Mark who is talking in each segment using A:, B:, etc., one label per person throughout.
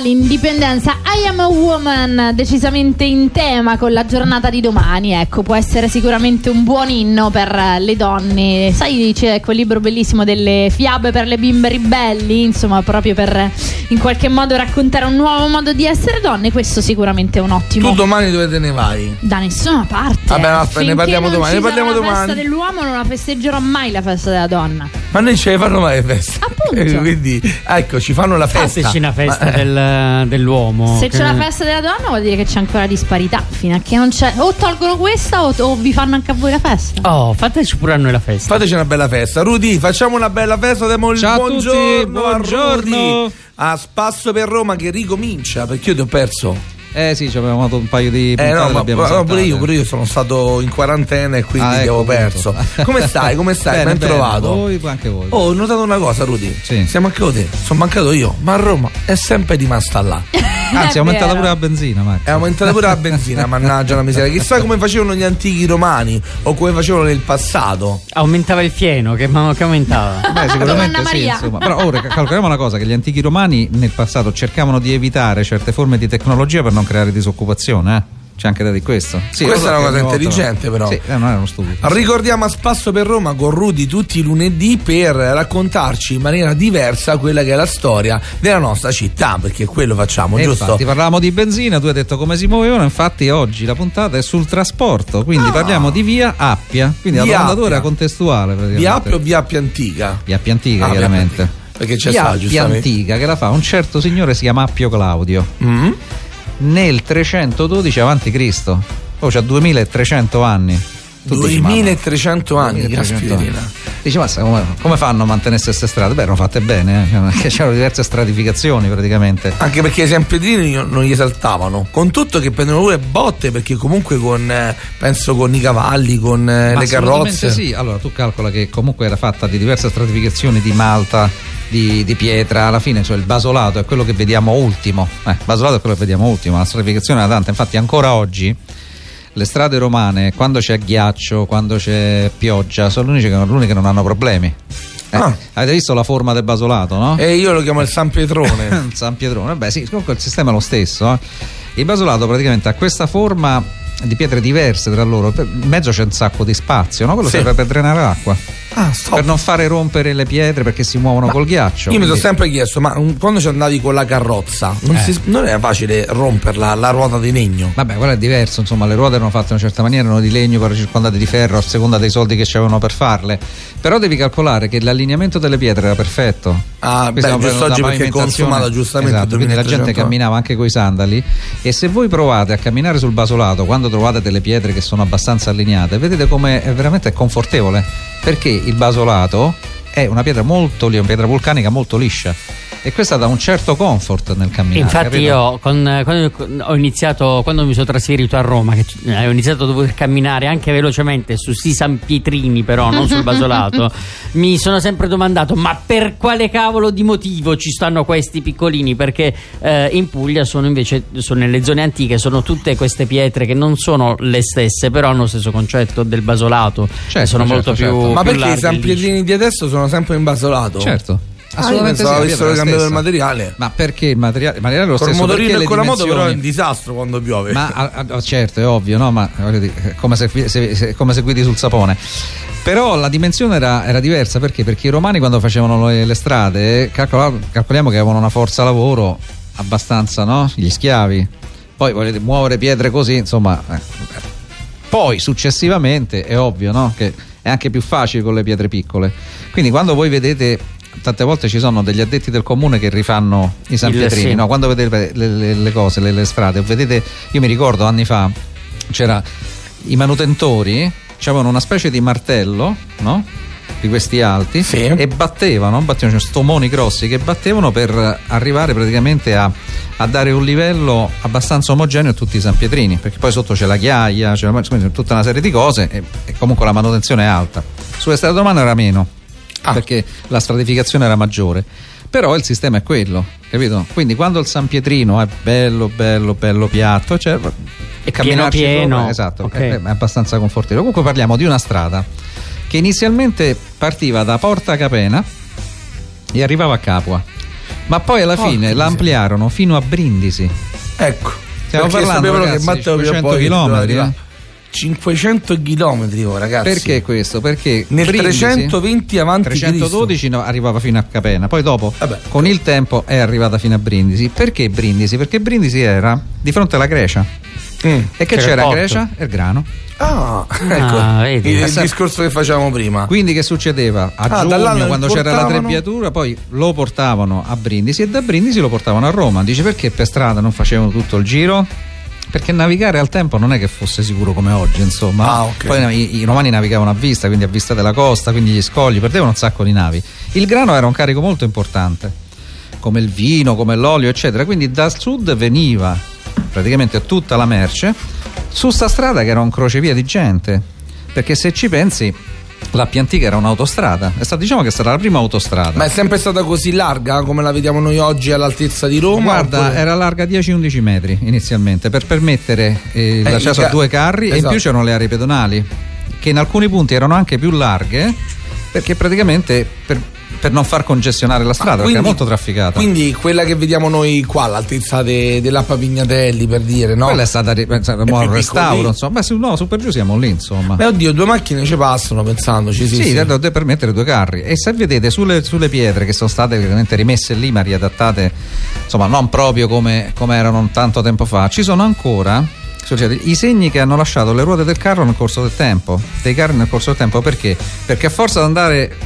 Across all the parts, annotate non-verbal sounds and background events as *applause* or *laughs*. A: l'indipendenza. I am a woman, decisamente in tema con la giornata di domani. Ecco, può essere sicuramente un buon inno per le donne. Sai, c'è quel libro bellissimo delle fiabe per le bimbe ribelli, insomma, proprio per in qualche modo raccontare un nuovo modo di essere donne. Questo sicuramente è un ottimo.
B: Tu domani dove te ne vai?
A: Da nessuna parte.
B: Vabbè, aspetta, ne
A: Finché
B: parliamo
A: non
B: domani,
A: ci
B: ne parliamo
A: sarà La
B: domani.
A: festa dell'uomo non la festeggerò mai la festa della donna.
B: Ma noi ce le fanno mai le feste. *laughs* Eh,
A: Appunto.
B: Quindi, ecco, ci fanno la festa.
C: Fateci una festa
B: Ma- eh.
C: del-
B: Oh,
C: dell'uomo.
A: Se
C: che-
A: c'è la festa della donna vuol dire che c'è ancora disparità fino a che non c'è o tolgono questa o, o vi fanno anche a voi la festa.
C: Oh, fateci pure a noi la festa.
B: Fateci una bella festa. Rudy, facciamo una bella festa. Diamo il
D: Ciao a tutti,
B: buongiorno. a
D: buongiorno.
B: Rudy, A spasso per Roma che ricomincia perché io ti ho perso.
D: Eh sì, ci avevamo fatto un paio di
B: Eh
D: puntate
B: no, ma,
D: l'abbiamo
B: ma- no,
D: saltate.
B: pure io, pure io sono stato in quarantena e quindi
D: Ah,
B: ti
D: ecco,
B: avevo
D: appunto. *laughs*
B: perso. *laughs* Come stai? Come stai?
D: Bene,
B: Ben
D: bene.
B: trovato.
D: Voi, anche voi.
B: Oh, ho notato una cosa, Rudy.
D: Sì.
B: Siamo anche te. Sono mancato io, ma a Roma è sempre rimasta là.
D: Anzi, è aumentata
A: vero.
D: pure la benzina, Max.
B: È aumentata pure la benzina, mannaggia la miseria. Chissà come facevano gli antichi romani o come facevano nel passato.
C: Aumentava il fieno, che, ma- che aumentava.
D: Beh,
A: Madonna
D: sicuramente sì,
A: Maria.
D: insomma. Però ora cal- calcoliamo una cosa: che gli antichi romani nel passato cercavano di evitare certe forme di tecnologia per non creare disoccupazione, eh. C'è anche da di questo. Sì,
B: Questa
D: lo so
B: è una
D: che
B: cosa
D: ogni volta-
B: intelligente, però.
D: Sì, eh, non erano stupidi.
B: Ricordiamo a Spasso per Roma con Rudy tutti i lunedì per raccontarci in maniera diversa quella che è la storia della nostra città, perché quello facciamo,
D: E
B: giusto?
D: Eh, Infatti, parlavamo di benzina, tu hai detto come si muovevano. Infatti, oggi la puntata è sul trasporto. Quindi parliamo di via Appia. Quindi
B: Ah. Via
D: la domandatura
B: Appia.
D: contestuale. praticamente.
B: Via Appia o Via Appia Antica?
D: Via Appia Antica,
B: Ah, Via
D: chiaramente.
B: Appia Antica. Perché c'è
D: Via
B: stato,
D: Appia
B: giustamente.
D: Antica che la fa un certo signore si chiama Appio Claudio
B: Mm?
D: nel 312 avanti Cristo. Oh, c'ha 2300 anni. Tu dici, mamma.
B: 2300 anni,
D: 2300 anni.
B: caspiterina.
D: Dice, ma sa- come, come fanno a mantenersi queste strade? Beh, erano fatte bene, eh, *laughs* cioè, perché c'erano diverse stratificazioni praticamente.
B: Anche perché i sempiedrini non gli saltavano. Con tutto che prendono pure botte, perché comunque con eh, penso con i cavalli, con eh,
D: Ma
B: le
D: assolutamente
B: carrozze.
D: Sì, allora tu calcola che comunque era fatta di diverse stratificazioni di malta, di, di pietra, alla fine cioè il basolato è quello che vediamo ultimo, eh, basolato è quello che vediamo ultimo, la stratificazione era tanta, infatti ancora oggi le strade romane quando c'è ghiaccio, quando c'è pioggia, sono l'uniche che, l'uniche che non hanno problemi. Eh,
B: Ah. Eh,
D: Avete visto la forma del basolato, no?
B: E io lo chiamo il San
D: *laughs*
B: Pietrone.
D: San Pietrone, beh sì, comunque il sistema è lo stesso. eh. Il basolato praticamente ha questa forma di pietre diverse tra loro, per- in mezzo c'è un sacco di spazio, no? quello
B: Sì.
D: serve per drenare l'acqua,
B: ah, stop.
D: per non fare rompere le pietre perché si muovono col ghiaccio.
B: Io mi sono
D: quindi-
B: sempre chiesto, ma um, quando ci andavi con la carrozza, non,
D: Eh.
B: si- non era facile romperla la ruota di legno?
D: Vabbè, quello è diverso, insomma, le ruote erano fatte in una certa maniera, erano di legno, poi erano circondate di ferro a seconda dei soldi che c'erano per farle. Però devi calcolare che l'allineamento delle pietre era perfetto.
B: Ah, beh,
D: Questa è una
B: giusto oggi perché è
D: pavimentazione-
B: consumata, giustamente,
D: Esatto, quindi la gente
B: 2300.
D: camminava anche coi sandali e se voi provate a camminare sul basolato quando trovate delle pietre che sono abbastanza allineate, vedete come è veramente confortevole, perché il basolato è una pietra molto li- una pietra vulcanica molto liscia e questa dà un certo comfort nel camminare.
C: Infatti
D: capito?
C: io con- quando ho iniziato, quando mi sono trasferito a Roma, che eh, ho iniziato a dover camminare anche velocemente su sti San Pietrini però, non sul basolato, mi sono sempre domandato ma per quale cavolo di motivo ci stanno questi piccolini? Perché eh, in Puglia sono invece, sono nelle zone antiche, sono tutte queste pietre che non sono le stesse, però hanno lo stesso concetto del basolato,
D: Certo,
C: sono
D: certo,
C: molto
D: certo.
C: più...
B: Ma
C: più
B: perché i
C: larghe e
B: San
C: lisce.
B: Pietrini di adesso sono sempre in basolato?
D: Certo.
B: Ah, io pensavo
D: la
B: avessero
D: pietra è la
B: cambiato il
D: stessa.
B: materiale.
D: Ma perché il materiale? Il materiale è lo
B: Col
D: stesso.
B: motorino
D: perché
B: e
D: le
B: con la moto però è
D: dimensioni-
B: un disastro quando piove.
D: Ma a- a- certo, è ovvio, no? Ma voglio dire, è come se, qui- se- se- come se guidi sul sapone. Però la dimensione era, era diversa perché? Perché i romani quando facevano le, le strade, calcola- calcoliamo che avevano una forza lavoro abbastanza, no? Gli schiavi. Poi volete muovere pietre così, insomma. eh, eh. Poi successivamente è ovvio, no? Che è anche più facile con le pietre piccole. Quindi quando voi vedete tante volte ci sono degli addetti del comune che rifanno i San
C: Il-
D: Pietrini,
C: sì.
D: no? quando vedete le, le- le cose, le, le strade, o vedete, io mi ricordo anni fa c'era i manutentori, avevano una specie di martello, no? Di questi alti
B: Sì.
D: e battevano, battevano cioè stomoni grossi che battevano per arrivare praticamente a, a dare un livello abbastanza omogeneo a tutti i San Pietrini, perché poi sotto c'è la ghiaia, c'è la- quindi tutta una serie di cose e, e comunque la manutenzione è alta. Sulle strade romane era meno,
B: Ah.
D: perché la stratificazione era maggiore. Però il sistema è quello, capito? Quindi quando il San Pietrino è bello, bello, bello piatto, cioè,
C: È
D: camminarci
C: pieno, pieno.
D: sopra, esatto,
C: Ok.
D: è, è abbastanza confortevole. Comunque parliamo di una strada che inizialmente partiva da Porta Capena e arrivava a Capua. Ma poi alla
B: Porca
D: fine
B: miseria.
D: la ampliarono fino a Brindisi.
B: Ecco.
D: Stiamo
B: perché
D: parlando,
B: sapevano
D: ragazzi,
B: che Matteo
D: 500
B: Pioppo
D: chilometri,
B: arriva-
D: eh.
B: 500 chilometri, oh, ragazzi.
D: Perché questo? Perché
B: Nel
D: Brindisi-
B: 320 avanti Cristo.
D: 312 no, arrivava fino a Capena, poi dopo
B: Vabbè.
D: con il tempo è arrivata fino a Brindisi. Perché Brindisi? Perché Brindisi era di fronte alla Grecia.
B: Mm.
D: E che
C: C'era il
D: c'era
C: porto.
D: Grecia? Ergrano.
B: Ah, *laughs* ecco.
C: vedi.
B: il, il
D: Eh, sa-
B: discorso che facevamo prima.
D: Quindi che succedeva? A
B: Ah, dall'Alano
D: giugno
B: lo
D: quando c'era la
B: portavano?
D: trebbiatura poi lo portavano a Brindisi e da Brindisi lo portavano a Roma. Dice perché per strada non facevano tutto il giro? Perché navigare al tempo non è che fosse sicuro come oggi, insomma.
B: Ah, ok.
D: Poi i, i romani navigavano a vista, quindi a vista della costa, quindi gli scogli, perdevano un sacco di navi. Il grano era un carico molto importante, come il vino, come l'olio, eccetera. Quindi dal sud veniva praticamente tutta la merce su sta strada che era un crocevia di gente. Perché se ci pensi, la Piantica era un'autostrada, è stata, diciamo che sarà la prima autostrada.
B: Ma è sempre stata così larga come la vediamo noi oggi all'altezza di Roma?
D: Guarda,
B: oppure-
D: era larga 10-11 metri inizialmente per permettere eh, l'accesso
B: il
D: a
B: ca-
D: due carri e in
B: esatto.
D: più c'erano le aree pedonali che in alcuni punti erano anche più larghe perché praticamente per, per non far congestionare la strada perché
B: Ah, Quindi-
D: era molto trafficata.
B: Quindi quella che vediamo noi qua all'altezza de- dell'Appa Pignatelli per dire, no?
D: Quella è stata ri- pensate, mo,
B: più
D: un
B: piccolina.
D: restauro, insomma, Beh, su, no, su per giù siamo lì, insomma.
B: Beh, oddio, due macchine ci passano pensandoci, sì.
D: Sì,
B: sì.
D: tanto per mettere due carri. E se vedete sulle, sulle pietre che sono state veramente rimesse lì, ma riadattate, insomma, non proprio come, come erano tanto tempo fa, ci sono ancora succede, i segni che hanno lasciato le ruote del carro nel corso del tempo. Dei carri nel corso del tempo perché? Perché a forza di andare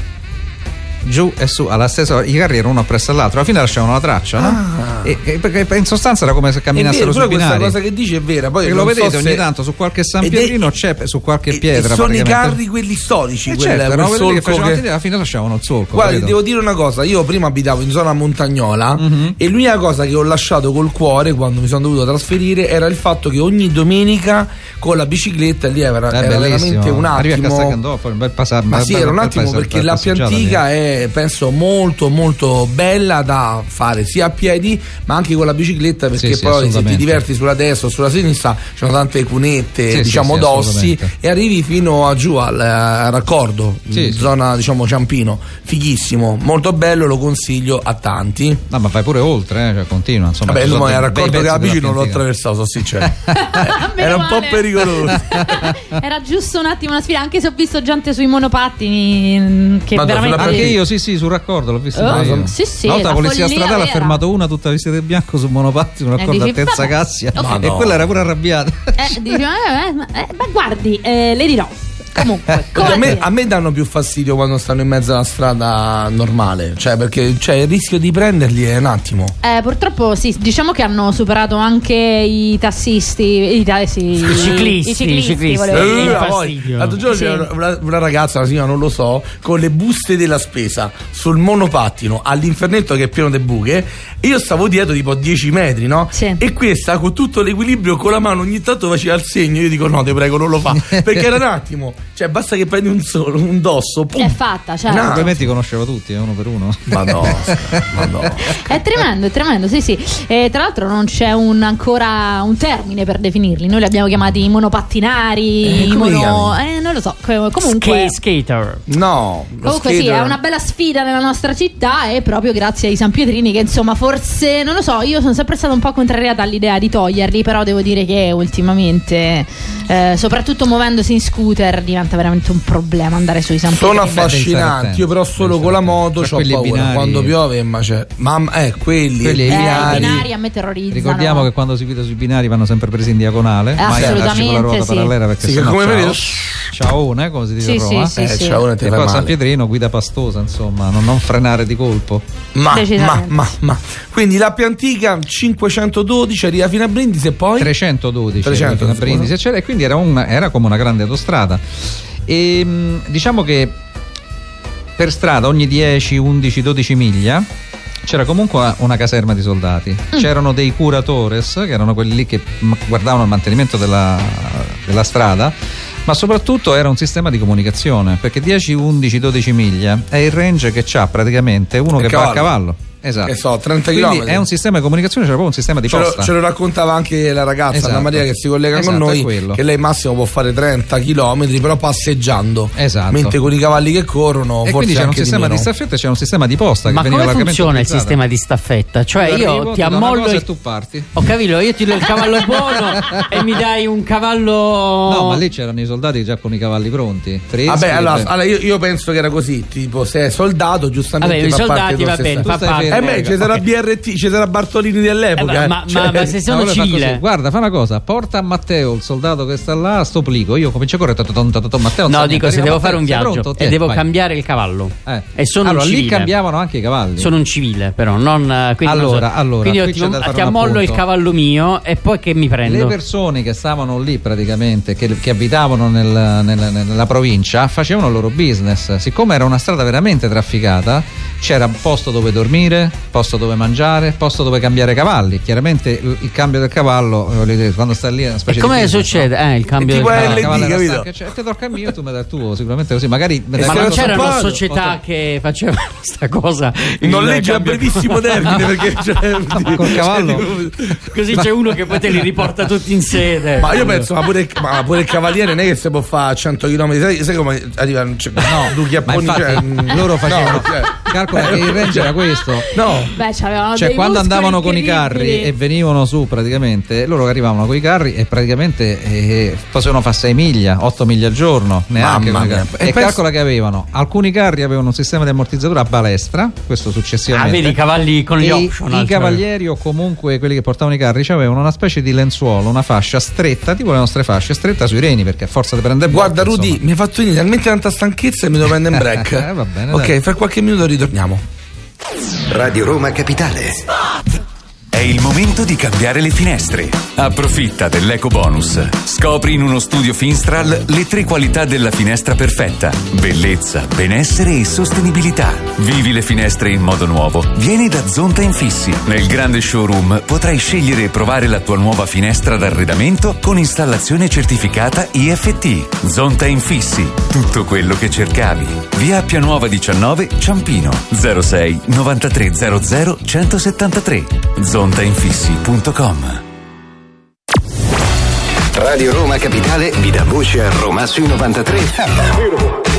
D: giù e su alla stessa ora, i carri erano uno appresso all'altro, alla fine lasciavano la traccia, no? E- e- perché in sostanza era come se
B: È vero,
D: camminassero
B: Ah. pure
D: sui
B: questa
D: binari.
B: cosa che dice è vera. Poi
D: Perché
B: non
D: lo vedete
B: so
D: ogni
B: se-
D: tanto su qualche San
B: Ed è-
D: Pietrino c'è su qualche
B: e-
D: pietra
B: E sono i
D: praticamente.
B: carri quelli storici,
D: Eh
B: quel,
D: certo, erano
B: quel
D: quelli che
B: solco
D: facevano
B: che-
D: attività, alla fine lasciavano il solco.
B: Guarda, ti
D: capito?
B: devo dire una cosa, io prima abitavo in zona montagnola
D: Mhm.
B: e l'unica cosa che ho lasciato col cuore quando mi sono dovuto trasferire era il fatto che ogni domenica con la bicicletta lì era,
D: È
B: era
D: Eh, bellissimo.
B: veramente un
D: Arrivi a
B: attimo.
D: Castelgandolfo, un bel passaggio.
B: Ma sì, era un attimo perché la Piantica è penso molto molto bella da fare sia a piedi ma anche con la bicicletta perché
D: Sì,
B: poi
D: sì,
B: se ti
D: assolutamente.
B: diverti sulla destra o sulla sinistra ci sono tante cunette
D: Sì, sì,
B: diciamo
D: sì,
B: d'ossi
D: assolutamente.
B: e arrivi fino a giù al, eh, raccordo,
D: Sì, sì.
B: zona diciamo Ciampino, fighissimo, molto bello, lo consiglio a tanti.
D: No, ma vai pure oltre, eh, cioè continua. Insomma,
B: Vabbè,
D: ci sono
B: lui
D: dei
B: era
D: bei eh.
B: accorto che
D: pezzi
B: la
D: della
B: bici non l'ho
D: Piantica.
B: attraversato, sono sincero.
A: *laughs* Meno
B: era un po'
A: male.
B: pericoloso.
A: *laughs* Era giusto un attimo una sfida, anche se ho visto gente sui monopattini mm, che
B: Ma dai,
A: veramente...
B: sulla
D: Anche io, sì, sì, sul raccordo l'ho visto.
A: Oh,
D: pure io.
A: sì, sì,
D: Una volta
A: la
D: la polizia
A: follia
D: stradale ha
A: vera.
D: fermato una tutta vestita di bianco su monopattino, un
A: Eh,
D: raccordo
A: dici,
D: a terza
A: vabbè.
D: cassia.
B: Ma
D: E
B: no.
D: quella era pure arrabbiata. *laughs*
A: Eh, dici, eh, eh, ma- eh, ma guardi, eh, le dirò. Comunque,
B: *laughs* Perché
A: come
B: a, me,
A: dire?
B: a me danno più fastidio quando stanno in mezzo alla strada normale, cioè perché cioè, il rischio di prenderli è un attimo.
A: Eh, purtroppo sì, diciamo che hanno superato anche i tassisti, i, tassi,
C: I ciclisti,
A: i
C: i ciclisti.
A: volevo dire.
C: Eh,
B: la
C: fastidio.
B: voglia. L'altro giorno
A: Sì.
B: c'era una, una ragazza, una signora non lo so, con le buste della spesa sul monopattino all'infernetto che è pieno di buche. E io stavo dietro tipo a 10 metri, no?
A: Sì.
B: E questa con tutto l'equilibrio con la mano ogni tanto faceva il segno. Io dico no, ti prego, non
A: *laughs*
B: lo fa. Perché era un attimo, cioè basta che prendi un solo, un dosso. pum.
A: È fatta, certo.
B: Eh. No.
D: Probabilmente conosceva tutti, eh, uno per uno. *laughs*
B: Ma no,
A: *laughs*
B: ma no.
A: È tremendo, è tremendo, sì sì. E tra l'altro non c'è un- ancora un termine per definirli. Noi li abbiamo chiamati i monopattinari,
B: Eh,
A: i
B: come li
A: mono...
B: chiami?
A: eh, non lo so, co- comunque...
C: Sk- skater.
B: No, lo
A: Comunque sì,
B: skater-
A: è una bella sfida nella nostra città e proprio grazie ai San Pietrini che insomma forse, non lo so, io sono sempre stata un po' contrariata all'idea di toglierli, però devo dire che ultimamente, eh, soprattutto muovendosi in scooter, diventa veramente un problema andare sui San
B: Sono
A: Pietrini.
B: affascinanti, io però solo con la moto
D: Tra
B: ho
D: quelli
B: paura.
D: binari-
B: Quando piove, ma c'è. Mamma, eh, quelli,
D: Quelli
B: e
A: Eh,
D: ai
B: binari.
A: i binari a me terrorizzano.
D: Ricordiamo che quando si guida sui binari vanno sempre presi in diagonale, mai
A: Assolutamente,
D: andarci con la ruota
A: sì.
D: parallela perché
B: Sì,
D: sennò
B: come
D: ciao,
B: vedi-
D: ciao, né, come si dice
A: Sì,
D: a Roma.
A: sì, sì.
B: Eh, c'è una
D: E
B: te
D: poi
B: fa
D: San
B: male.
D: Pietrino guida pastosa, insomma, non, non frenare di colpo.
B: Ma, ma,
A: Decisamente.
B: ma, ma. Quindi la piantica 512 arriva fino a Brindisi e poi.
D: 312
B: 300,
D: fino a
B: scusa.
D: Brindisi, eccetera, e quindi era, un- era come una grande autostrada. E mh, diciamo che per strada ogni 10, 11, 12 miglia c'era comunque una, una caserma di soldati.
B: Mm.
D: C'erano dei curatores, che erano quelli lì che m- guardavano il mantenimento della, della strada, ma soprattutto era un sistema di comunicazione, perché 10, 11, 12 miglia è il range che c'ha praticamente uno
B: Il
D: che va a
B: cavallo.
D: cavallo. Esatto.
B: Che so, 30
D: Quindi
B: chilometri.
D: è un sistema di comunicazione, c'era proprio un sistema di
B: Ce lo,
D: posta.
B: ce lo raccontava anche la ragazza,
D: Esatto.
B: Anna Maria, che si collega
D: Esatto,
B: con
D: è
B: noi,
D: quello.
B: che lei massimo può fare 30 km, però passeggiando.
D: Esatto.
B: Mentre con i cavalli che corrono,
D: e
B: forse
D: quindi c'era un
B: anche
D: sistema di,
B: meno.
D: staffetta e c'era un sistema di posta.
C: Ma
D: Cioè, che veniva
C: come
D: largamente
C: funziona il
D: utilizzato.
C: sistema di staffetta? Cioè,
D: Io arrivo,
C: io
D: ti
C: ti
D: do una
C: ammollo.
D: cosa
C: il-
D: e tu parti.
C: Ho capito, io ti do il cavallo
D: *laughs*
C: buono e mi dai un cavallo.
D: No, ma lì c'erano i soldati già con i cavalli pronti. freschi, cioè,
B: Vabbè, allora,
D: beh.
B: allora io, io penso che era così: tipo, se è soldato,
C: Vabbè,
B: giustamente
C: i
B: fa
C: soldati
B: parte dello
C: va bene,
B: stesso-
C: fa
D: Tu stai
C: parte. cioè,
D: fermo.
B: Eh beh, ci sarà
C: Ok.
B: BRT, ci sarà Bartolini
C: Eh,
B: dell'epoca.
C: ma,
B: eh.
C: ma-
B: Cioè-
C: ma se
D: Ma
C: sono
D: allora fa così,
C: civile.
D: Guarda, fa una cosa, porta a Matteo, il soldato che sta là, sto plico. Io comincio a correre. tot, tot, tot, tot, Matteo, non
C: No, dico
D: sa niente,
C: se
D: arriva
C: devo fare un
D: Matteo, sei
C: viaggio
D: pronto?
C: e
D: Tieni,
C: devo
D: vai.
C: cambiare il cavallo.
D: Eh.
C: E sono
D: allora,
C: un
D: lì
C: civile.
D: cambiavano anche i cavalli.
C: Sono un civile, però. Non, eh, quindi non
D: Allora,
C: so.
D: allora,
C: quindi io
D: qui
C: ti,
D: c'è da fare
C: ti
D: un
C: ammollo il
D: appunto.
C: cavallo mio e poi che mi prendo?
D: Le persone che stavano lì praticamente, che, che abitavano nel- nel- nella provincia, facevano il loro business. Siccome era una strada veramente trafficata, c'era posto dove dormire, posto dove mangiare, posto dove cambiare cavalli. Chiaramente il, il cambio del cavallo, eh, voglio dire, quando sta lì è una specie
C: e
D: di.
C: come
D: business,
C: succede?
D: no?
C: Eh, il cambio
B: È
C: del
B: tipo
D: Ah,
C: cavallo.
D: il
B: LD,
D: cavallo era
B: capito?
D: stanco, cioè, te do il cambio, tu mi dai il tuo, sicuramente così. Magari me dai
B: Perché
C: Ma non
D: quello,
B: lo
C: c'erano
B: so fare.
C: società che facevano *laughs* questa cosa.
B: non
C: Il
B: legge a
C: cambio-
D: *laughs*
B: brevissimo termine perché *laughs* cioè,
D: Col cavallo?
C: Così c'è uno che poi te li riporta tutti in sede.
B: Ma io penso, ma pure, ma pure il cavaliere non è che si può fare 100 km, sai, sai come arriva cioè, *laughs* no, due
D: Ma
B: chiapponi
D: infatti
B: cioè, mm,
D: loro facevano.
B: no, cioè,
D: calcola che il range era questo.
B: no.
A: Beh, c'avevano
D: Cioè,
A: dei
D: quando
A: muscoli
D: andavano con i carri
A: incredibili.
D: e venivano su, praticamente, loro che arrivavano con i carri e praticamente eh, facevano fa 6 miglia, 8 miglia al giorno, neanche
B: Mamma
D: con i carri.
B: mia.
D: E,
B: E penso-
D: calcola che avevano alcuni carri avevano un sistema di ammortizzatura a balestra, questo
C: Ah,
D: successivamente.
C: vedi i cavalli con gli
D: E
C: optional.
D: i
C: cioè.
D: cavalieri o comunque quelli che portavano i carri avevano una specie di lenzuolo, una fascia stretta, tipo le nostre fasce, stretta sui reni perché a forza di prendere
B: Guarda
D: botte,
B: Rudy,
D: insomma.
B: mi ha fatto venire talmente tanta stanchezza e mi devo prendere un break.
D: *laughs* Eh, va bene,
B: ok,
D: dai.
B: fra qualche minuto ritorniamo.
E: Radio Roma Capitale.
F: È il momento di cambiare le finestre. Approfitta dell'eco bonus. Scopri in uno studio Finstral le tre qualità della finestra perfetta: bellezza, benessere e sostenibilità. Vivi le finestre in modo nuovo. Vieni da Zonta Infissi. Nel grande showroom potrai scegliere e provare la tua nuova finestra d'arredamento con installazione certificata IFT. Zonta Infissi. Tutto quello che cercavi. Via Appia Nuova 19, Ciampino. 06 9300 173. Zontainfissi.com.
E: Radio Roma Capitale vi dà voce a Roma sui 93.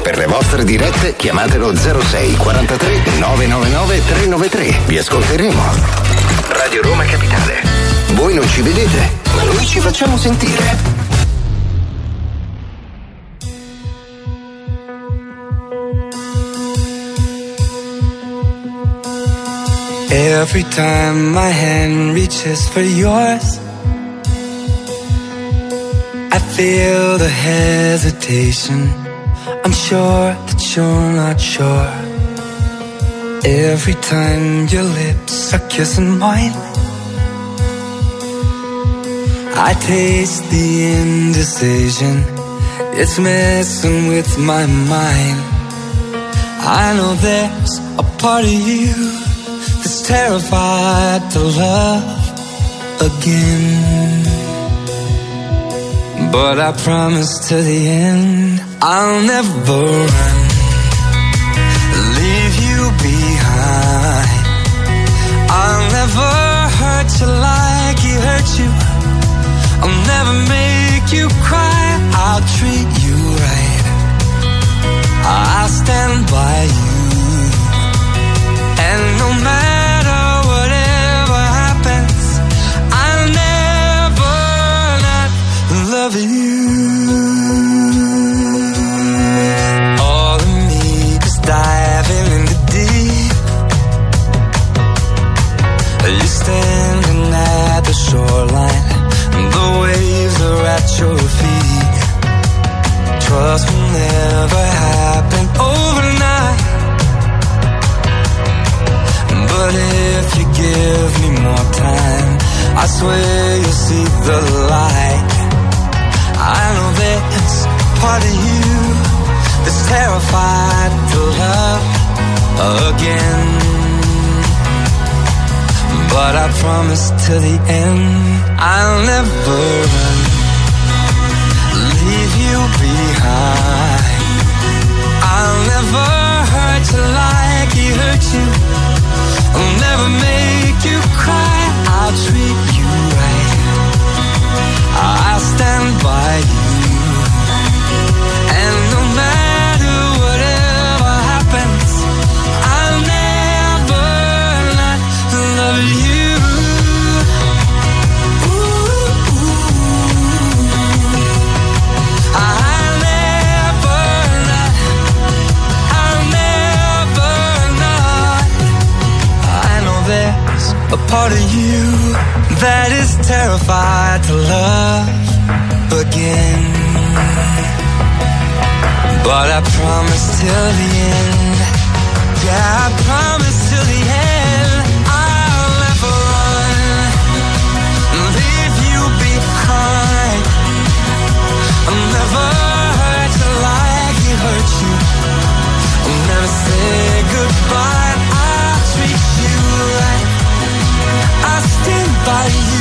E: Per le vostre dirette chiamatelo 06 43 999 393. Vi ascolteremo. Radio Roma Capitale. Voi non ci vedete, ma noi ci facciamo sentire.
G: Every time my hand reaches for yours, I feel the hesitation. I'm sure that you're not sure. Every time your lips are kissing mine, I taste the indecision. It's messing with my mind. I know there's a part of you that's terrified to love again. But I promise to the end, I'll never run, leave you behind. I'll never hurt you like he hurt you. I'll never make you cry. I'll treat you right. I'll stand by you. And no matter whatever happens, I'll never not love you. All of me is diving in the deep. You're standing at the shoreline, and the waves are at your feet. Trust will never happen overnight. But if you give me more time, I swear you'll see the light. I know there's part of you that's terrified to love again. But I promise to the end, I'll never run leave you behind. I'll never hurt you like he hurt you. I'll never part of you that is terrified to love again. But I promise till the end. Yeah, I promise till the end. I'll never run, leave you behind. I'll never hurt you like it hurt you. I'll never say goodbye. I'll treat you right. I stand by you.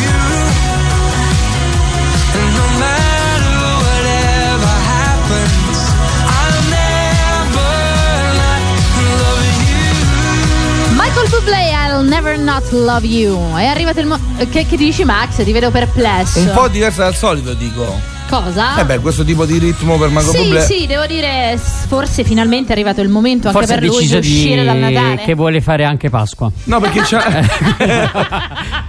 G: And no matter whatever happens, I'll never not love you.
A: Michael Bublé, I'll never not love you. È arrivato il mo- che, che dici, Max? Ti vedo perplesso.
B: Un po' diversa dal solito, dico.
A: Cosa?
B: Eh beh, questo tipo di ritmo per Mago
A: Ah. sì,
B: Bublé.
A: sì, devo dire, s- forse finalmente è arrivato il momento
C: Forse ha
A: anche per lui di
C: deciso
A: uscire dal Natale.
C: di... che vuole fare anche Pasqua.
B: No, perché c'ha.
C: *laughs*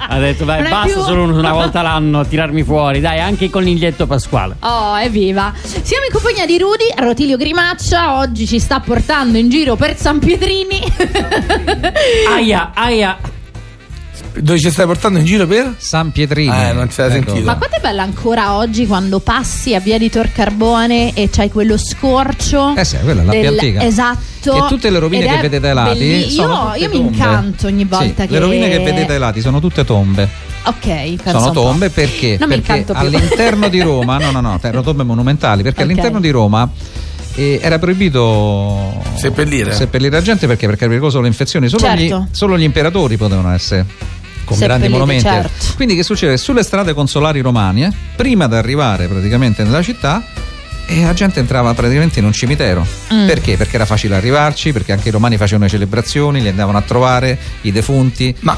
C: ha detto, vai,
A: Non è
C: basta
A: più-
C: solo
A: *laughs*
C: una volta l'anno tirarmi fuori, dai, anche il coniglietto pasquale.
A: Oh, evviva! Siamo in compagnia di Rudy, Rotilio Grimaccia, oggi ci sta portando in giro per San Pietrini.
C: Aia, aia.
B: Dove ci stai portando in giro per?
D: San Pietrino. Ecco.
B: Eh, non ce l'ha sentito.
A: Ma quanto è bella ancora oggi quando passi a via di Tor Carbone e c'hai quello scorcio?
D: Eh sì, quella è la
A: del-
D: più antica.
A: Esatto.
D: Che tutte le rovine
A: Ed
D: che
A: è
D: vedete ai lati
A: belli-
D: sono
A: Io,
D: tutte
A: io mi
D: tombe.
A: incanto ogni
D: Sì,
A: volta che
D: Le rovine che vedete ai lati sono tutte tombe.
A: Ok, pensa
D: Sono
A: un po'.
D: tombe perché,
A: Non mi
D: perché
A: incanto più.
D: all'interno di Roma, no, no, no, cioè,
A: *laughs*
D: erano tombe monumentali perché
A: Ok.
D: all'interno di Roma eh, era proibito
B: Seppellire.
D: seppellire la gente perché, perché era pericoloso le infezioni. Solo,
A: Certo.
D: gli, solo gli imperatori potevano essere con grandi
A: Seppelliti,
D: monumenti.
A: certo.
D: Quindi, che succede? Sulle strade consolari romane, eh, prima di arrivare praticamente nella città. E la gente entrava praticamente in un cimitero.
A: Mm.
D: Perché? Perché era facile arrivarci, perché anche i romani facevano le celebrazioni, li andavano a trovare, i defunti.
B: Ma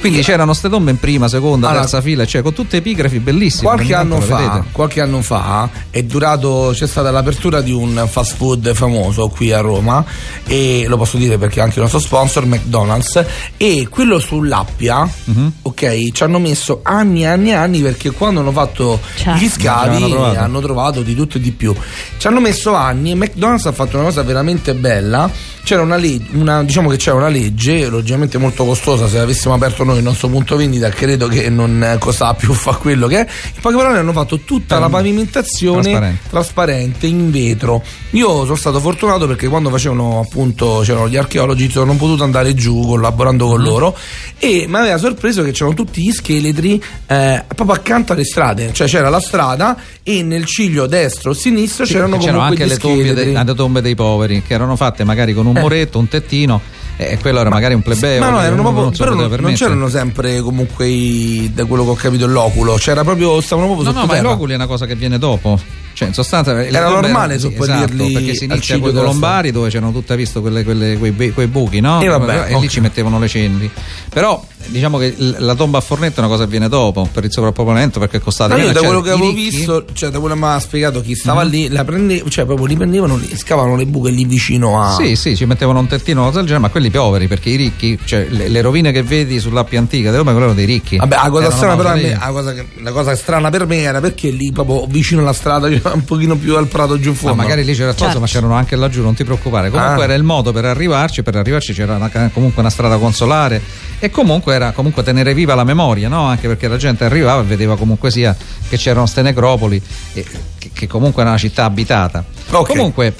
D: Quindi c'erano ste tombe in prima, seconda,
B: Allora,
D: terza fila, cioè con tutte epigrafi bellissime.
B: qualche
D: ogni tanto
B: anno,
D: le
B: fa,
D: vedete.
B: qualche anno fa è durato, c'è stata l'apertura di un fast food famoso qui a Roma e lo posso dire perché è anche il nostro sponsor McDonald's e quello sull'Appia,
D: Mhm.
B: ok, ci hanno messo anni e anni e anni perché quando hanno fatto
A: Certo.
B: gli
D: Ci
B: scavi
D: hanno provato.
B: hanno trovato di tutto e di più. Ci hanno messo anni e McDonald's ha fatto una cosa veramente bella. C'era una legge, diciamo che c'era una legge, logicamente molto costosa. Se avessimo aperto noi il nostro punto vendita, credo che non eh, costava più fa quello che è. In poche parole, hanno fatto tutta la pavimentazione
D: Trasparente.
B: trasparente, in vetro. Io sono stato fortunato perché quando facevano appunto c'erano gli archeologi, sono potuto andare giù collaborando
D: Mm.
B: con loro e mi aveva sorpreso che c'erano tutti gli scheletri eh, proprio accanto alle strade, cioè c'era la strada e nel ciglio destro e sinistro c'erano,
D: E c'erano
B: comunque
D: anche le
B: gli
D: tombe,
B: scheletri.
D: dei, le tombe dei poveri che erano fatte magari con un
B: Eh.
D: muretto, un tettino e quello era magari un plebeo.
B: Ma no,
D: che
B: erano
D: uno
B: proprio,
D: non se
B: però
D: lo
B: non,
D: poteva
B: non
D: permettere.
B: c'erano sempre comunque i- da quello che ho capito l'oculo, c'era proprio stavano proprio
D: No,
B: sotto
D: no, ma i
B: terra.
D: loculi è una cosa che viene dopo. Cioè, in sostanza, le
B: Era
D: tombe
B: normale
D: erano- sì,
B: seppellirli
D: esatto, perché si
B: al
D: inizia
B: ciglio
D: con i
B: della
D: Lombari dove c'erano tutte visto quelle- quelle- quei, bei- quei buchi, no?
B: E vabbè,
D: lì
B: ok.
D: ci mettevano le ceneri. Però diciamo che l- la tomba a Fornetto è una cosa che viene dopo per il sovrappopolamento perché è costata
B: Ma io da
D: cioè,
B: quello che
D: i
B: avevo
D: ricchi-
B: visto, cioè da quello che mi ha spiegato chi stava lì, la prende- cioè proprio li prendevano, li scavavano le buche lì vicino a.
D: Sì, sì, ci mettevano un tettino una cosa del genere, ma quelli poveri, perché i ricchi, cioè le, le rovine che vedi sull'appia antica di Roma, quelle erano dei ricchi.
B: Vabbè, la cosa
D: Erano
B: strana però a me-
D: mausolei.
B: la cosa, che- la cosa strana per me era perché lì proprio vicino alla strada, *laughs* cioè, un pochino più al prato giù in
D: Ma
B: fondo.
D: Ah, magari lì c'era il posto,
A: Certo.
D: ma c'erano anche laggiù, non ti preoccupare. Comunque
B: Ah.
D: era il modo per arrivarci, per arrivarci c'era una- comunque una strada consolare e comunque era comunque tenere viva la memoria, no? Anche perché la gente arrivava e vedeva comunque sia che c'erano ste necropoli, e- che, che comunque era una città abitata.
B: Ok.
D: Comunque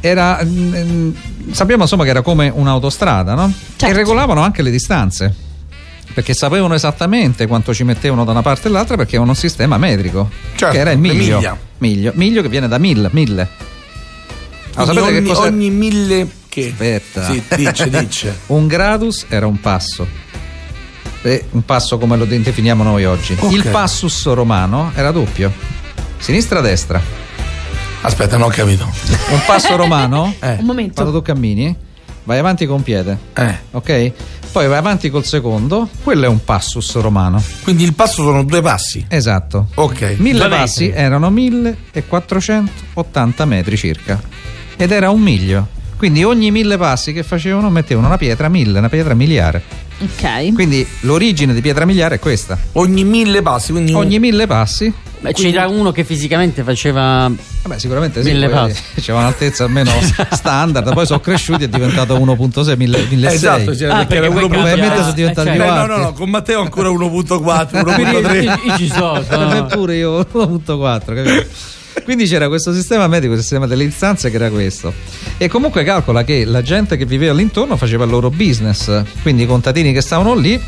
D: era, mm, mm, sappiamo insomma che era come un'autostrada, no? E
A: Certo.
D: regolavano anche le distanze. Perché sapevano esattamente quanto ci mettevano da una parte e l'altra perché avevano un sistema metrico,
B: Certo,
D: che era il
B: le
D: miglio.
B: miglia.
D: Miglio, miglio che viene da mille, mille. Ah,
B: Quindi
D: sapete
B: ogni,
D: che cosa-
B: ogni mille che.
D: Aspetta.
B: Sì, dice,
D: *laughs*
B: dice.
D: Un gradus era un passo. E un passo come lo definiamo noi oggi.
B: Ok.
D: Il passus romano era doppio. Sinistra-destra.
B: Aspetta, non ho capito.
D: Un passo romano,
B: *laughs* Eh.
A: Un momento.
D: quando tu cammini, vai avanti con un piede,
B: Eh,
D: ok? Poi vai avanti col secondo, quello è un passus romano.
B: Quindi il passo sono due passi.
D: Esatto.
B: Ok.
D: Mille
C: Due metri.
D: passi erano 1480 metri circa ed era un miglio. Quindi ogni mille passi che facevano mettevano una pietra mille, una pietra miliare.
A: Ok.
D: Quindi l'origine di pietra miliare è questa.
B: Ogni mille passi, quindi un-
D: Ogni mille passi,
C: Beh, c'era uno che fisicamente faceva.
D: vabbè, sicuramente sì,
C: Mille
D: poi,
C: passi.
D: eh, c'era un'altezza
C: *laughs*
D: almeno standard, poi sono cresciuti e è diventato 1.6 mille,
B: Eh, esatto,
D: 1.600.
B: cioè,
C: Ah,
B: perché
C: perché
B: era
C: poi
B: 1.4.
C: cambia.
D: Probabilmente sono diventati
C: Eh,
D: più
C: certo.
B: Cioè, no,
D: alti.
B: no, no, con Matteo ancora 1.4,
C: *laughs* Quindi
B: 1.3.
C: io
D: *laughs*
C: ci sono.
D: per
B: *laughs*
C: sono-
D: pure io 1.4 capito? quindi c'era questo sistema medico il sistema delle istanze che era questo e comunque calcola che la gente che viveva all'intorno faceva il loro business quindi i contadini che stavano lì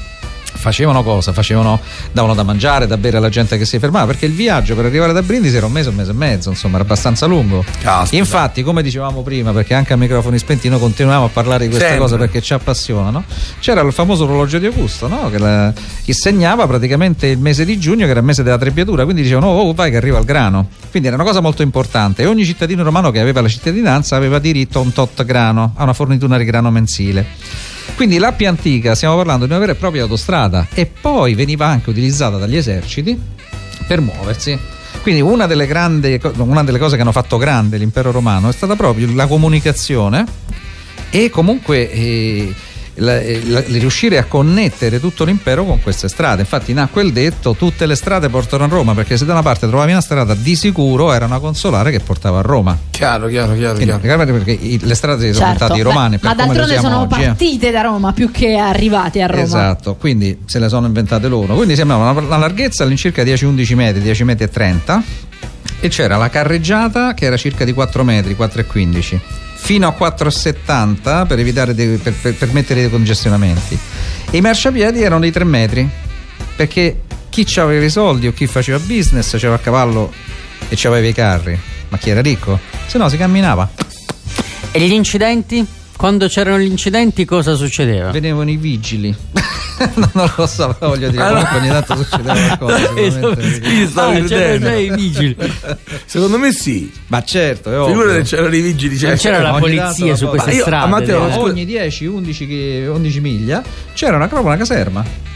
D: facevano cosa? Facevano, davano da mangiare, da bere alla gente che si fermava perché il viaggio per arrivare da Brindisi era un mese, un mese e mezzo insomma era abbastanza lungo
B: Caspita.
D: infatti come dicevamo prima perché anche a microfoni spenti noi continuiamo a parlare di questa
B: Sempre.
D: cosa perché ci appassionano c'era il famoso orologio di Augusto no? che, la- che segnava praticamente il mese di giugno che era il mese della trebbiatura quindi dicevano oh, oh, vai che arriva il grano quindi era una cosa molto importante e ogni cittadino romano che aveva la cittadinanza aveva diritto a un tot grano a una fornitura di grano mensile quindi l'Appia antica stiamo parlando di una vera e propria autostrada e poi veniva anche utilizzata dagli eserciti per muoversi. Quindi una delle, grandi, co- una delle cose che hanno fatto grande l'impero romano è stata proprio la comunicazione e comunque eh, la- eh, la- il riuscire a connettere tutto l'impero con queste strade. Infatti nacque il detto tutte le strade portano a Roma perché se da una parte trovavi una strada di sicuro era una consolare che portava a Roma.
B: Chiaro, chiaro, chiaro.
D: Quindi,
B: chiaro.
D: praticamente perché i- le strade sono diventate
A: Beh,
D: romane.
A: Certo,
D: per
A: ma
D: come le
A: d'altronde
D: usiamo
A: sono
D: oggi, eh.
A: partite da Roma più che arrivate a Roma.
D: Esatto, quindi se le sono inventate loro. Quindi sembrava una, una larghezza all'incirca 10-11 metri, 10 metri e 30 e c'era la carreggiata che era circa di 4 metri, 4,15 fino a 4,70 per evitare dei- per, per permettere dei congestionamenti. E i marciapiedi erano di 3 metri perché chi aveva i soldi o chi faceva business c'aveva a cavallo e c'aveva i carri, ma chi era ricco? Se no si camminava,
C: E gli incidenti? Quando c'erano gli incidenti, cosa succedeva?
D: venivano i vigili. *laughs* non lo so, però voglio dire, comunque ogni tanto
C: *laughs*
D: succedeva qualcosa. sicuramente.
B: Io stavo
C: Ah, c'erano
B: ridendo.
C: già i vigili.
B: Secondo me sì.
D: Ma certo, è
B: Figura
D: ovvio.
B: che c'erano i vigili. Cioè,
C: Non c'era eh, la
D: ogni
C: polizia
D: tanto
C: su
D: la
C: queste
B: Ma io-
C: strade. eh.
B: a Matteo-
C: direi.
B: Scusa.
D: ogni 10-11 chi- 11 miglia c'era una, proprio una caserma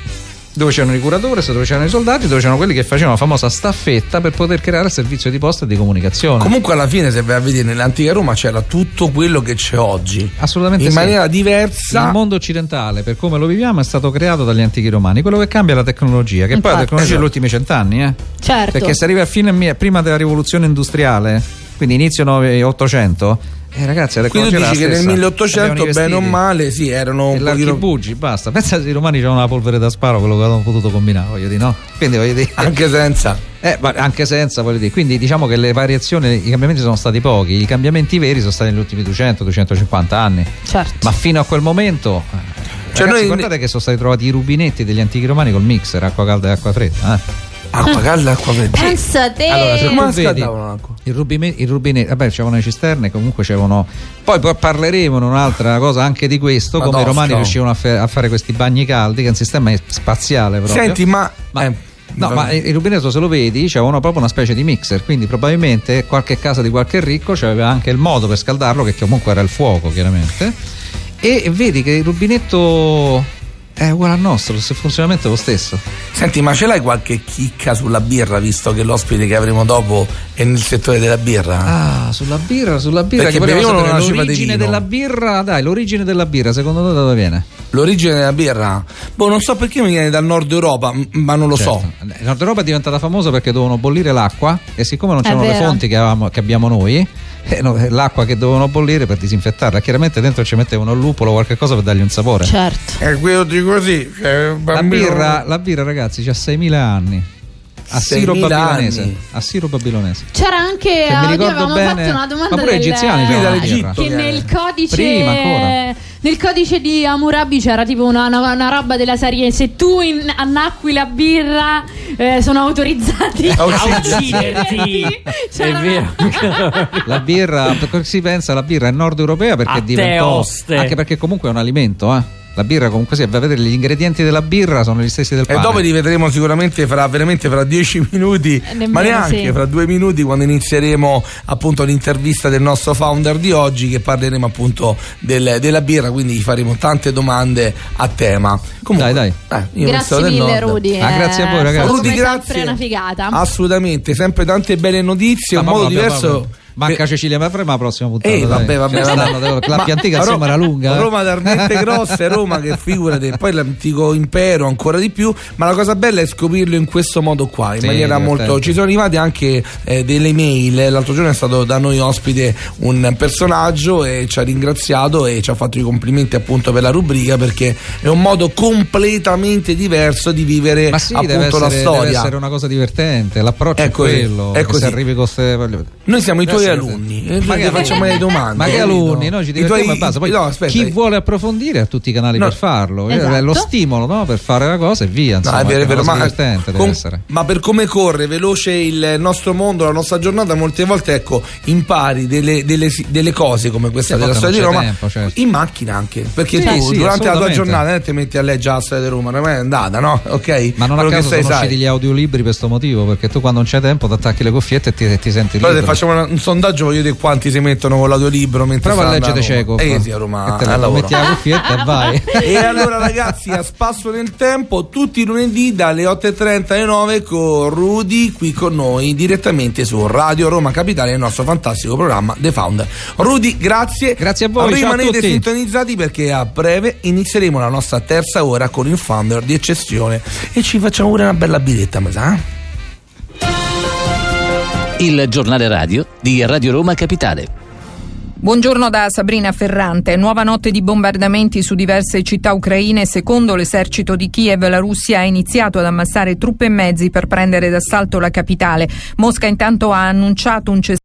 D: dove c'erano i curatores, dove c'erano i soldati, dove c'erano quelli che facevano la famosa staffetta per poter creare il servizio di posta e di comunicazione.
B: Comunque alla fine se vai a vedere nell'antica Roma c'era tutto quello che c'è oggi.
D: Assolutamente
B: In
D: sì.
B: maniera diversa.
D: il mondo occidentale, per come lo viviamo, è stato creato dagli antichi romani. Quello che cambia è la tecnologia, che poi è
A: Infatti.
D: la tecnologia degli ultimi cent'anni, eh?
A: Certo.
D: Perché se arrivi a fine mia- prima della rivoluzione industriale, quindi inizio 800, eh ragazzi, la
B: Quindi tu
D: tecnologia
B: dici che
D: era la
B: nel
D: stessa.
B: 1800
D: Avevano i
B: bene o
D: vestiti.
B: male sì erano
D: E
B: un pochino
D: l'archibugi, basta. Pensa se i romani c'erano la polvere da sparo, quello che avevano potuto combinare, voglio dire, no? Quindi voglio dire.
B: anche senza.
D: *laughs* Eh, ma anche senza, voglio dire. Quindi diciamo che le variazioni, i cambiamenti sono stati pochi, i cambiamenti veri sono stati negli ultimi 200-250 anni.
A: Certo.
D: Ma fino a quel momento. eh,
B: Cioè,
D: ragazzi,
B: noi-
D: guardate che sono stati trovati i rubinetti degli antichi romani col mixer, acqua calda e acqua fredda. eh.
B: Acqua calda, acqua fredda.
A: Pensa te.
D: Allora, se
B: Come
D: tu vedi-
B: Eh, scaldavano l'acqua?
D: Il, rubine- il rubinetto, vabbè, c'erano le cisterne, comunque c'erano. Poi po- parleremo in un'altra cosa anche di questo: come i
B: Madosca.
D: romani riuscivano a, fe- a fare questi bagni caldi, che è un sistema spaziale proprio.
B: Senti, ma,
D: Ma-
B: eh,
D: No, ma il rubinetto se lo vedi c'avevano proprio una specie di mixer, quindi probabilmente qualche casa di qualche ricco c'aveva anche il modo per scaldarlo, che comunque era il fuoco chiaramente. E vedi che il rubinetto è uguale al nostro, il funzionamento è lo stesso.
B: Senti, ma ce l'hai qualche chicca sulla birra, visto che l'ospite che avremo dopo è nel settore della birra?
D: Ah, sulla birra, sulla birra,
B: Perché
D: che volevo
B: bevevano
D: sapere
B: una cipa di
D: l'origine
B: vino.
D: della birra, dai, l'origine della birra, secondo te da dove viene?
B: L'origine della birra? Boh, non so perché mi viene dal nord Europa, m- ma non lo so.
D: Certo. Nord Europa è diventata famosa perché dovevano bollire l'acqua e siccome non
A: È
D: c'erano le
A: vero.
D: fonti che, avevamo- che abbiamo noi, eh, no, eh, l'acqua che dovevano bollire per disinfettarla, chiaramente dentro ci mettevano il lupolo o qualche cosa per dargli un sapore.
A: Certo.
B: È quello di così.
D: La birra, la birra, ragazzi, ha 6.000 anni. A siro
B: 6.000
D: babilonese.
B: anni.
D: A siro babilonese.
A: C'era anche
D: Se Cioè, mi
A: oddio,
D: ricordo
A: avevamo
D: bene-
A: fatto una domanda
D: ma pure
A: del-
D: egiziani
B: Quindi
D: c'erano la
B: dall'Egitto.
D: birra.
A: che
B: Che
A: nel
B: era.
A: codice
D: Prima ancora.
A: nel codice di Hammurabi c'era tipo una, una, una roba della serie se tu in- annacqui la birra eh, sono
D: *laughs*
A: autorizzati
B: A
C: A
B: uccidere.
C: *laughs* ucciderti. È
A: *laughs* C'era-
C: vero.
D: La birra, per cosa si pensa, la birra è nord europea perché
C: Atte
D: diventò.
C: oste.
D: Anche perché comunque è un alimento, eh. La birra comunque sì, vai a vedere gli ingredienti della birra sono gli stessi del
B: E
D: pane.
B: dopo li vedremo sicuramente fra veramente fra dieci *laughs* minuti,
A: Eh, Nemmeno,
B: ma neanche
A: sì.
B: fra due minuti quando inizieremo appunto l'intervista del nostro founder di oggi che parleremo appunto del- della birra, quindi gli faremo tante domande a tema. Comunque,
D: Dai,
B: eh, io
A: grazie
B: sono del
A: mille
B: nord.
A: Rudy
D: Ah,
A: eh,
D: grazie a voi, ragazzi.
A: stato
B: Rudy,
A: come sempre
B: grazie.
A: una figata
B: Assolutamente, sempre tante belle notizie,
D: Ah,
B: un
D: ma
B: modo
D: proprio,
B: diverso
D: proprio. Manca Cecilia Mafre, ma la prossima puntata.
B: Eh,
D: dai.
B: vabbè, vabbè,
D: Cioè,
B: vabbè.
D: stanno- la
B: Ma-
D: piantica
B: ma Ro-
D: insomma era lunga. eh.
B: Roma
D: *laughs*
B: talmente grossa, è Roma che figurati, poi l'antico impero ancora di più, ma la cosa bella è scoprirlo in questo modo qua, in
D: Sì,
B: maniera
D: divertente.
B: molto... Ci sono arrivati anche eh, delle mail, l'altro giorno è stato da noi ospite un personaggio e ci ha ringraziato e ci ha fatto i complimenti appunto per la rubrica perché è un modo completamente diverso di vivere
D: Ma sì,
B: appunto
D: deve essere,
B: la
D: deve
B: storia.
D: essere una cosa divertente. L'approccio
B: Ecco,
D: è quello.
B: è
D: che
B: così.
D: se arrivi con queste. voglio-
B: Noi siamo i
D: deve
B: tuoi
D: essere-
B: alunni, eh,
D: Ma
B: noi
D: che-
B: facciamo le domande.
D: Ma che
B: capito?
D: alunni, noi ci
B: I
D: divertiamo
B: tuoi-
D: e basta. Poi,
B: no, aspetta,
D: chi vuole approfondire ha tutti i canali
B: No.
D: per farlo.
A: Esatto.
D: È lo stimolo no? per fare la cosa e via.
B: No,
D: Insomma,
B: è vero, è vero, ma,
D: ma
B: eh,
D: divertente deve
B: con-
D: essere.
B: ma per come corre veloce il nostro mondo, la nostra giornata, molte volte ecco, impari delle, delle si- delle cose come questa
D: Sì, a
B: della
D: volte
B: storia di
D: non
B: Roma
D: c'è tempo, certo.
B: in macchina anche, perché
D: Sì,
B: tu
D: sì,
B: durante la tua
D: assolutamente.
B: giornata eh, ti metti a leggere la storia di Roma, ormai è andata, no? Ok?
D: Ma non
B: Quello
D: a
B: che
D: caso
B: sai,
D: sono
B: sai.
D: usciti gli audiolibri per questo motivo, perché tu quando non c'è tempo ti attacchi le cuffiette e ti, e ti senti
B: Però se
D: libero.
B: facciamo una- un sondaggio voglio vedere quanti si mettono con l'audiolibro mentre
D: Prova a
B: stanno
D: leggere
B: Roma.
D: cieco.
B: Eh sì, a Roma,
D: E te
B: al
D: la
B: lavoro.
D: metti la cuffietta e vai.
B: *laughs* E allora ragazzi a spasso nel tempo tutti i lunedì dalle 8.30 alle 9 con Rudy qui con noi direttamente su Radio Roma Capitale il nostro fantastico programma The Found. Rudy grazie.
D: Grazie a voi, ciao a
B: Rimanete
D: tutti.
B: sintonizzati perché a breve inizieremo la nostra terza ora con il Founder di eccezione e ci facciamo pure una bella bidetta ma sa? eh?
H: Il giornale radio di Radio
C: Ah,
H: Roma Capitale.
I: Buongiorno da Sabrina Ferrante. Nuova notte di bombardamenti su diverse città ucraine. Secondo l'esercito di Kiev, la Russia ha iniziato ad ammassare truppe e mezzi per prendere d'assalto la capitale. Mosca intanto ha annunciato un cessato